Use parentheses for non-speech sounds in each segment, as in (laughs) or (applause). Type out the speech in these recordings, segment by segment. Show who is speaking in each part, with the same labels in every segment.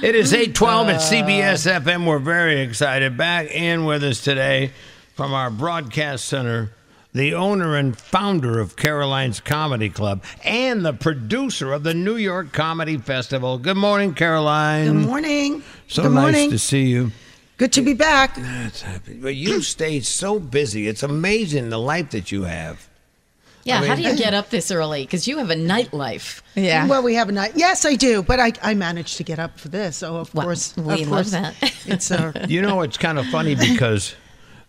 Speaker 1: It is 812
Speaker 2: Uh,
Speaker 1: at CBS FM. We're very excited. Back in with us today from our broadcast center, the owner and founder of Caroline's Comedy Club and the producer of the New York Comedy Festival. Good morning, Caroline.
Speaker 2: Good morning.
Speaker 1: Mm. So
Speaker 2: Good
Speaker 1: nice
Speaker 2: morning.
Speaker 1: to see you.
Speaker 2: Good to be back.
Speaker 1: That's happy. But you stay so busy. It's amazing the life that you have.
Speaker 3: Yeah,
Speaker 1: I
Speaker 3: how do
Speaker 1: mean-
Speaker 3: you get up this early? Because you have a nightlife. Uh,
Speaker 4: Yeah.
Speaker 2: Well, we have a night. Yes, I do, but I, I managed to get up for this. So of
Speaker 3: Well,
Speaker 2: course,
Speaker 3: we
Speaker 2: of
Speaker 3: love
Speaker 2: course,
Speaker 3: that.
Speaker 2: It's
Speaker 3: (laughs)
Speaker 2: a
Speaker 1: (laughs) You know, it's kind of funny because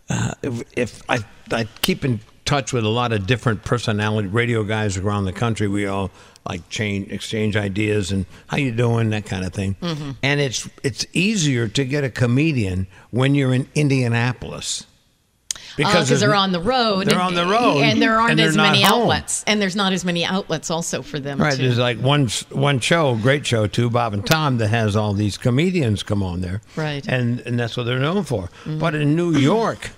Speaker 1: uh, if, if I, I keep in touch with a lot of different personality radio guys around the country, we all like change exchange ideas and how you doing that kind of thing.
Speaker 3: Mm-hmm.
Speaker 1: And it's it's easier to get a comedian when you're in Indianapolis
Speaker 3: Because
Speaker 1: there's-
Speaker 3: Oh, they're on the road.
Speaker 1: They're on
Speaker 3: and-
Speaker 1: the road,
Speaker 3: And there aren't
Speaker 1: and they're
Speaker 3: as many
Speaker 1: not home.
Speaker 3: outlets. And there's not as many outlets also for them.
Speaker 1: Right,
Speaker 3: to-
Speaker 1: there's like one one show, great show too, Bob and Tom, that has all these comedians come on there.
Speaker 3: Right. Mm-hmm.
Speaker 1: and and that's what they're known for. But in New York,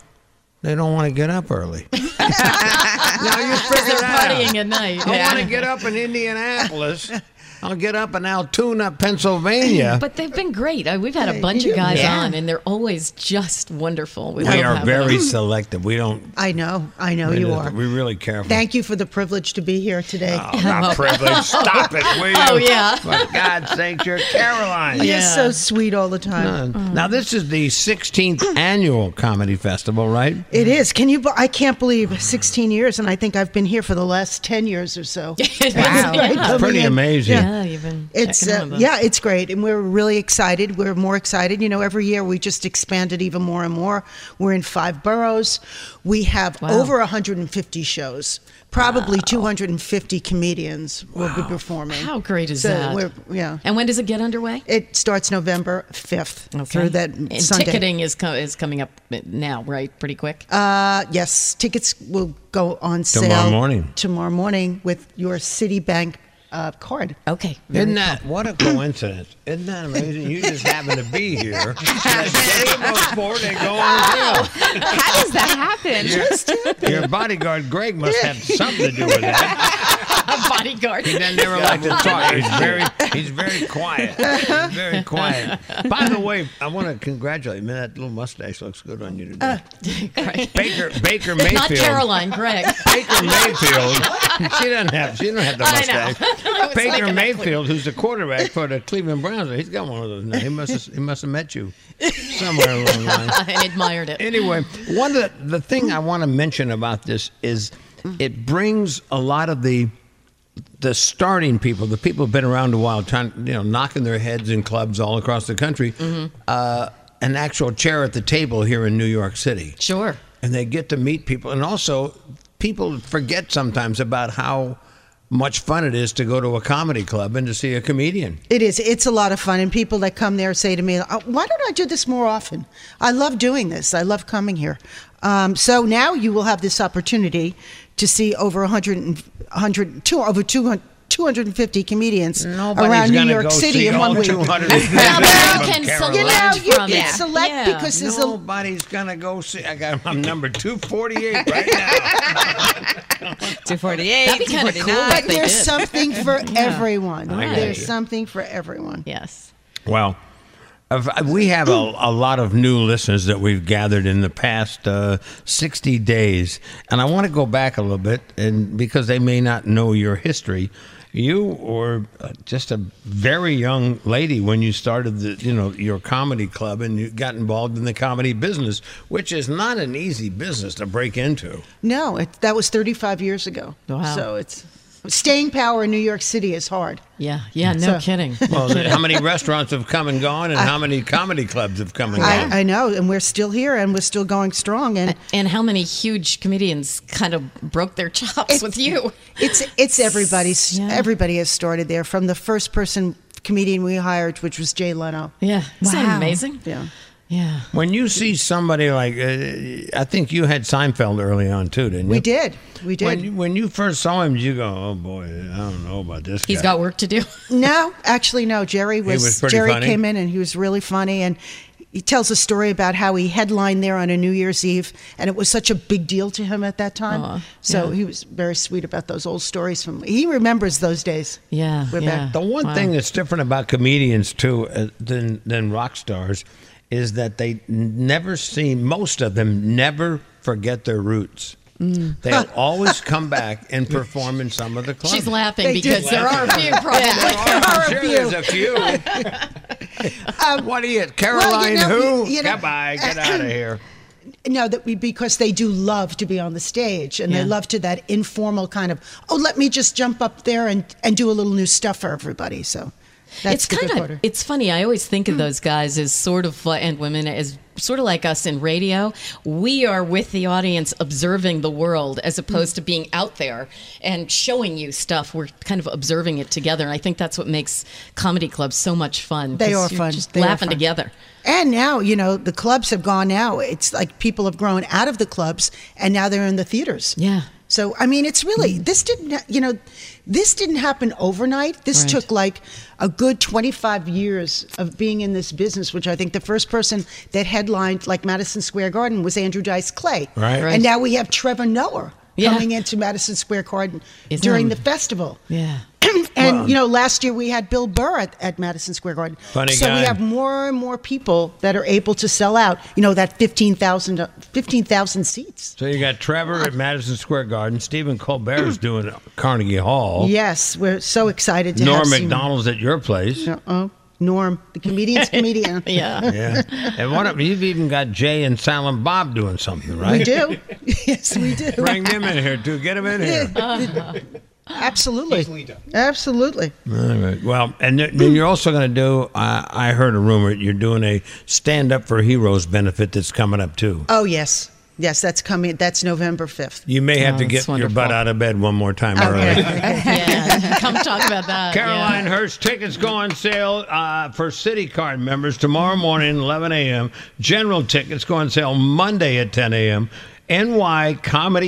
Speaker 1: they don't want to get up
Speaker 3: (laughs)
Speaker 1: early. now you figure
Speaker 3: they're
Speaker 1: that out.
Speaker 3: partying at night.
Speaker 1: I
Speaker 3: Yeah.
Speaker 1: want to get up in Indianapolis.
Speaker 3: (laughs)
Speaker 1: I'll get up in Altoona, Pennsylvania.
Speaker 3: But they've been great. I, we've had a bunch of guys
Speaker 4: Yeah.
Speaker 3: on, and they're always just wonderful. We,
Speaker 1: we
Speaker 3: love
Speaker 1: are
Speaker 3: having
Speaker 1: very
Speaker 3: them.
Speaker 1: selective. We don't.
Speaker 2: I know, I know
Speaker 1: we
Speaker 2: you
Speaker 1: just-
Speaker 2: are.
Speaker 1: We're really careful.
Speaker 2: Thank you for the privilege to be here today.
Speaker 1: Oh, not
Speaker 3: (laughs)
Speaker 1: privileged. Stop it, will you?
Speaker 3: (laughs) Oh, yeah.
Speaker 1: For God's sake, you're Caroline.
Speaker 2: You're
Speaker 3: Yeah.
Speaker 2: so sweet all the time.
Speaker 1: Uh, Now this is the
Speaker 3: (clears throat)
Speaker 1: 16th annual comedy festival, right?
Speaker 2: It is. Can you? be- I can't believe 16 years, and I think I've been here for the last 10 years or so.
Speaker 3: (laughs) Wow.
Speaker 2: Right,
Speaker 3: Yeah.
Speaker 2: coming
Speaker 1: Pretty
Speaker 2: in.
Speaker 1: amazing.
Speaker 2: Yeah.
Speaker 3: Yeah, you've been
Speaker 2: It's
Speaker 3: checking
Speaker 2: uh,
Speaker 3: on them.
Speaker 2: yeah, it's great, and we're really excited. We're more excited, you know. Every year we just expand it even more and more. We're in five boroughs. We have
Speaker 3: Wow.
Speaker 2: over 150 shows. Probably 250 comedians will be performing.
Speaker 3: How great is
Speaker 2: So
Speaker 3: that?
Speaker 2: We're, yeah,
Speaker 3: And when does it get underway?
Speaker 2: it starts November 5th through that
Speaker 3: and
Speaker 2: Sunday.
Speaker 3: ticketing is co- is coming up now, right? Pretty quick.
Speaker 2: Uh, yes, tickets will go on sale
Speaker 1: Tomorrow morning.
Speaker 2: Tomorrow morning with your Citibank uh, card.
Speaker 3: okay.
Speaker 1: Isn't that what a coincidence? Isn't that amazing? You just happen to be (laughs) here. The day goes forward and go on
Speaker 4: How does
Speaker 3: (laughs)
Speaker 4: that happen?
Speaker 1: sale. Your bodyguard Greg must have something to do with that.
Speaker 3: A bodyguard.
Speaker 1: He doesn't never like to talk. He's very he's very quiet. He's (laughs) very quiet. By the way, I want to congratulate you. Man, that little mustache looks good on you today.
Speaker 2: Oh, (laughs)
Speaker 3: Greg.
Speaker 1: Baker Baker Mayfield.
Speaker 3: Not
Speaker 1: (laughs)
Speaker 3: Caroline, Greg.
Speaker 1: Baker Mayfield. She doesn't have. She doesn't have the
Speaker 3: I know.
Speaker 1: mustache.
Speaker 3: (laughs) I was making
Speaker 1: Baker
Speaker 3: that
Speaker 1: Mayfield, who's the quarterback for the Cleveland Browns, he's got one of those now. He must. Have, he must have met you somewhere along the line.
Speaker 3: I admired it.
Speaker 1: Anyway, one of the, the thing I want to mention about this is it brings a lot of the the starting people, the people who've been around a while, trying you know, knocking their heads in clubs all across the country,
Speaker 2: Mm-hmm.
Speaker 1: uh, an actual chair at the table here in New York City
Speaker 3: Sure.
Speaker 1: and they get to meet people and also people forget sometimes about how much fun it is to go to a comedy club and to see a comedian
Speaker 2: It is. It's a lot of fun, and people that come there say to me, "Uh, "Why don't I do this more often? I love doing this. I love coming here." Um, so now you will have this opportunity to see over 100, and- 100 two, over 200, 250 comedians around New York City in one week. (laughs)
Speaker 3: Now, but you
Speaker 1: Nobody's
Speaker 3: can
Speaker 1: Caroline.
Speaker 3: select
Speaker 2: You know, you
Speaker 3: from
Speaker 2: can
Speaker 3: it.
Speaker 2: select
Speaker 3: Yeah.
Speaker 2: because there's a
Speaker 1: gonna go see I got I'm number 248 right now
Speaker 4: 248,
Speaker 3: That'd be kinda cool.
Speaker 4: 249.
Speaker 2: but
Speaker 3: they
Speaker 2: there's
Speaker 3: did.
Speaker 2: something for
Speaker 3: (laughs)
Speaker 2: everyone.
Speaker 1: Right.
Speaker 2: There's something for everyone.
Speaker 3: Yes.
Speaker 1: well if- we have a, a lot of new listeners that we've gathered in the past uh, 60 days and I want to go back a little bit and because they may not know your history you were uh, just a very young lady when you started the you know your comedy club and you got involved in the comedy business which is not an easy business to break into
Speaker 2: No, it, that was 35 years ago.
Speaker 3: Wow.
Speaker 2: So it's staying power in New York City is hard.
Speaker 3: Yeah. Yeah. No
Speaker 2: So-
Speaker 3: (laughs) kidding.
Speaker 1: Well, th- (laughs) how many restaurants have come and gone, and how many comedy clubs have come and gone?
Speaker 2: I, I know, and we're still here, and we're still going strong, and
Speaker 3: And how many huge comedians kind of broke their chops with you?
Speaker 2: it's it's everybody's.
Speaker 3: Yeah.
Speaker 2: Everybody has started there, from the first person comedian we hired, which was Jay Leno.
Speaker 3: Yeah. Isn't that
Speaker 4: Wow.
Speaker 3: amazing?
Speaker 2: Yeah.
Speaker 3: Yeah.
Speaker 1: When you see somebody like, uh, I think you had Seinfeld early on too, didn't you?
Speaker 2: We did. We did.
Speaker 1: When, when you first saw him, you go, oh boy, I don't know about this
Speaker 3: He's
Speaker 1: guy.
Speaker 3: got work to do.
Speaker 2: No, actually, no. Jerry was,
Speaker 1: was pretty
Speaker 2: Jerry
Speaker 1: funny.
Speaker 2: came in and he was really funny and. He tells a story about how he headlined there on a New Year's Eve, and it was such a big deal to him at that time.
Speaker 3: Aw,
Speaker 2: so
Speaker 3: yeah.
Speaker 2: he was very sweet about those old stories from. He remembers those days.
Speaker 3: Yeah.
Speaker 2: We're
Speaker 3: yeah.
Speaker 2: back.
Speaker 1: The one
Speaker 3: Wow.
Speaker 1: thing that's different about comedians too uh, than than rock stars is that they n- never seem most of them never forget their roots.
Speaker 3: Mm. (laughs)
Speaker 1: They'll always come back and perform in some of the clubs.
Speaker 3: She's laughing
Speaker 2: They do
Speaker 3: because there are a (laughs) few probably.
Speaker 1: I'm sure there's a few. what are you, Caroline?
Speaker 2: well, you know,
Speaker 1: who?
Speaker 2: you know-
Speaker 1: Goodbye. Get out of here.
Speaker 2: No, that we because they do love to be on the stage and
Speaker 3: Yeah.
Speaker 2: they love to that informal kind of oh let me just jump up there and and do a little new stuff for everybody. So that's
Speaker 3: it's
Speaker 2: the good
Speaker 3: kind
Speaker 2: order.
Speaker 3: of it's funny. I always think of those guys as sort of li- and women as sort of like us in radio. We are with the audience, observing the world, as opposed to being out there and showing you stuff. We're kind of observing it together, and I think that's what makes comedy clubs so much fun.
Speaker 2: They
Speaker 3: 'cause
Speaker 2: are
Speaker 3: you're
Speaker 2: fun.
Speaker 3: Just
Speaker 2: They are
Speaker 3: laughing
Speaker 2: fun.
Speaker 3: together.
Speaker 2: And now, you know, the clubs have gone now. It's like people have grown out of the clubs and now they're in the theaters.
Speaker 3: Yeah.
Speaker 2: So, I mean, it's really, this didn't, ha- you know, this didn't happen overnight. This
Speaker 3: Right.
Speaker 2: took like a good 25 years of being in this business, which I think the first person that headlined like Madison Square Garden was Andrew Dice Clay.
Speaker 1: Right. Right.
Speaker 2: And now we have Trevor Noah.
Speaker 3: Yeah.
Speaker 2: Coming into Madison Square Garden
Speaker 3: Isn't
Speaker 2: during
Speaker 3: that-
Speaker 2: the festival.
Speaker 3: Yeah.
Speaker 2: (clears throat) and, you know, last year we had Bill Burr at, at Madison Square Garden.
Speaker 1: Funny
Speaker 2: so
Speaker 1: guy.
Speaker 2: we have more and more people that are able to sell out, you know, that 15,000 15,000 seats.
Speaker 1: So you got Trevor at Madison Square Garden. Stephen Colbert's doing it at Carnegie Hall.
Speaker 2: Yes, we're so excited to have
Speaker 1: Norm
Speaker 2: Seymour.
Speaker 1: McDonald's at your place.
Speaker 2: Oh, Norm,
Speaker 1: (laughs)
Speaker 2: the comedian's comedian.
Speaker 3: Yeah.
Speaker 1: Yeah. And one of you've even got Jay and Silent Bob doing something, right?
Speaker 2: We do. (laughs) yes, we do.
Speaker 1: Bring them in here too. Get them in here.
Speaker 2: Absolutely. Absolutely.
Speaker 1: All right. Well, and th- then you're also going to do. Uh, I heard a rumor you're doing a stand up for heroes benefit that's coming up too.
Speaker 2: Oh, yes. Yes, that's coming. That's November 5th.
Speaker 1: You may have
Speaker 3: Oh,
Speaker 1: to
Speaker 3: that's
Speaker 1: get
Speaker 3: wonderful.
Speaker 1: your butt out of bed one more time. All right.
Speaker 3: (laughs) yeah. Come talk about that.
Speaker 1: Caroline
Speaker 3: Yeah.
Speaker 1: Hurst tickets go on sale uh, for City Card members tomorrow morning, 11 a.m. General tickets go on sale Monday at 10 a.m.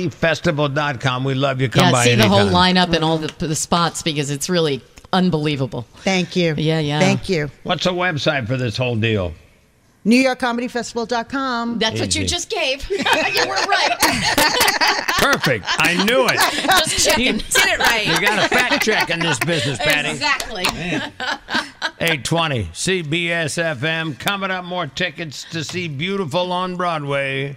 Speaker 1: NYComedyFestival.com. We love you. Come
Speaker 3: Yeah,
Speaker 1: by
Speaker 3: see
Speaker 1: anytime.
Speaker 3: the whole lineup and all the, the spots because it's really unbelievable.
Speaker 2: Thank you.
Speaker 3: Yeah, yeah.
Speaker 2: Thank you.
Speaker 1: What's the website for this whole deal?
Speaker 2: NewYorkComedyFestival.com.
Speaker 3: That's what you
Speaker 1: Easy.
Speaker 3: just gave. (laughs) you were right.
Speaker 1: Perfect. I knew
Speaker 3: (laughs)
Speaker 1: it.
Speaker 3: Just checking.
Speaker 4: Did it
Speaker 1: You
Speaker 4: right.
Speaker 1: got a fact check in this
Speaker 3: (laughs)
Speaker 1: business, Patty.
Speaker 3: Exactly.
Speaker 1: 820 CBS FM. Coming up, more tickets to see Beautiful on Broadway.